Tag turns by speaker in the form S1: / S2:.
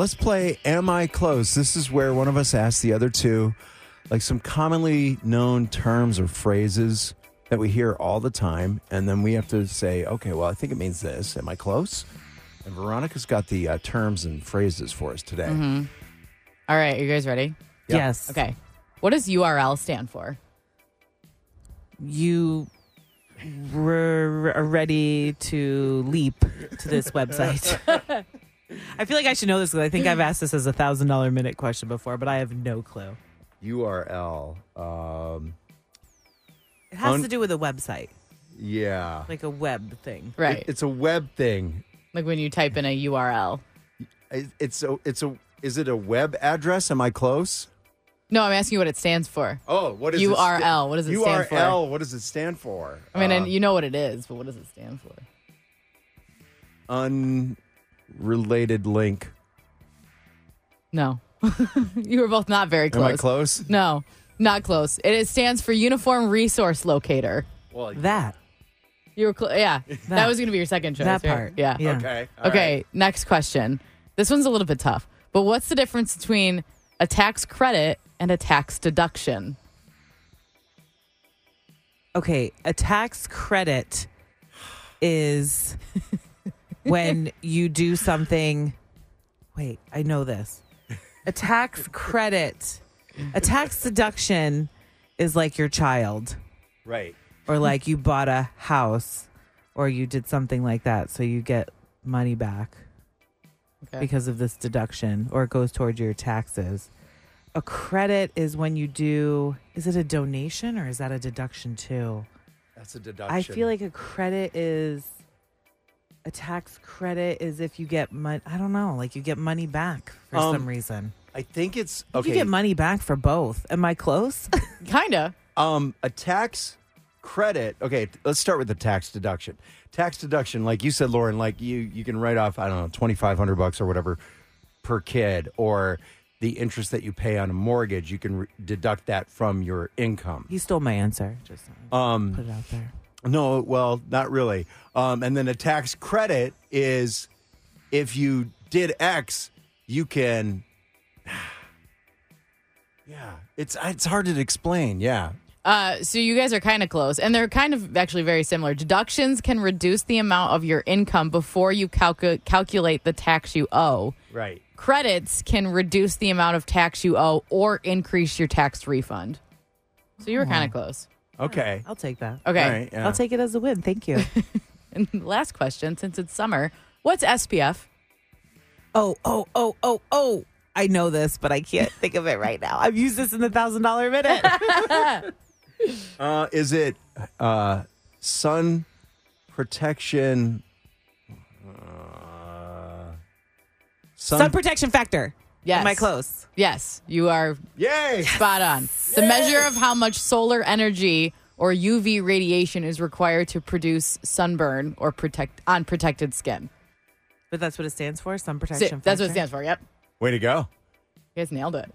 S1: Let's play Am I Close? This is where one of us asks the other two like some commonly known terms or phrases that we hear all the time. And then we have to say, okay, well, I think it means this. Am I close? And Veronica's got the uh, terms and phrases for us today.
S2: Mm-hmm. All right, you guys ready?
S3: Yes.
S2: Okay. What does URL stand for?
S3: You were ready to leap to this website. I feel like I should know this because I think I've asked this as a thousand dollar minute question before, but I have no clue.
S1: URL. Um,
S3: It has
S1: On-
S3: to do with a website,
S1: yeah.
S3: like a web thing.
S2: Right.
S1: It- it's a web thing.
S2: like when you type in a URL.
S1: It- It's a, it's a, is it a web address? Am I close?
S2: No, I'm asking you what it stands for.
S1: Oh, what is It sta-
S2: URL. What does it stand for?
S1: URL. What does it stand for?
S2: I mean,
S1: Uh,
S2: and you know what it is, but what does it stand for?
S1: unrelated link.
S2: No. you were both not very
S1: Am I
S2: close.
S1: close?
S2: No, not close. It is, stands for Uniform Resource Locator.
S1: Well,
S3: That
S2: You were close. Yeah. That,
S3: That.
S2: was going to be your second choice.
S3: that
S2: right?
S3: part.
S2: Yeah.
S1: okay. all
S2: Okay,
S1: right.
S2: next question. This one's a little bit tough, but what's the difference between a tax credit and a tax deduction?
S3: Okay. A tax credit is when you do something. Wait, I know this. A tax credit, a tax deduction is like your child.
S1: Right.
S3: or like you bought a house or you did something like that so you get money back
S2: Okay.
S3: because of this deduction or it goes towards your taxes a credit is when you do is it a donation or is that a deduction too
S1: That's a deduction.
S3: i feel like a credit is a tax credit is if you get money i don't know like you get money back for
S1: Um,
S3: some reason
S1: I think it's
S3: If
S1: okay.
S3: you get money back for both am i close
S2: Kinda.
S1: um, a tax credit. Okay, t- let's start with the tax deduction. Tax deduction, like you said, Lauren, like you you can write off I don't know twenty five hundred bucks or whatever per kid, or the interest that you pay on a mortgage. You can re- deduct that from your income.
S3: he stole my answer just
S1: Um,
S3: put it out there
S1: No, well, not really. Um, and then a tax credit is if you did X, you can. Yeah, it's it's hard to explain. Yeah,
S2: Uh, so you guys are kind of close, and they're kind of actually very similar. Deductions can reduce the amount of your income before you calcu- calculate the tax you owe.
S1: right.
S2: Credits can reduce the amount of tax you owe or increase your tax refund. So you were
S3: Uh-huh.
S2: kind of close.
S1: Okay.
S3: i'll take that
S2: Okay.
S1: All right. Yeah.
S3: i'll take it as a win thank you
S2: And last question, since it's summer, what's SPF?
S3: Oh, oh, oh, oh, oh. I know this, but I can't think of it right now. I've used this in the thousand dollar minute.
S1: Uh, is it uh, sun protection? Uh, sun.
S3: Sun protection factor.
S2: Yes.
S3: Am I close?
S2: Yes, you are
S1: Yay!
S2: spot on. The measure of how much solar energy or UV radiation is required to produce sunburn or protect on protected skin.
S3: But that's what it stands for. Sun
S2: Si-
S3: protection.
S2: That's what it
S3: factor?
S2: stands for. Yep.
S1: Way to go!
S2: You guys nailed it.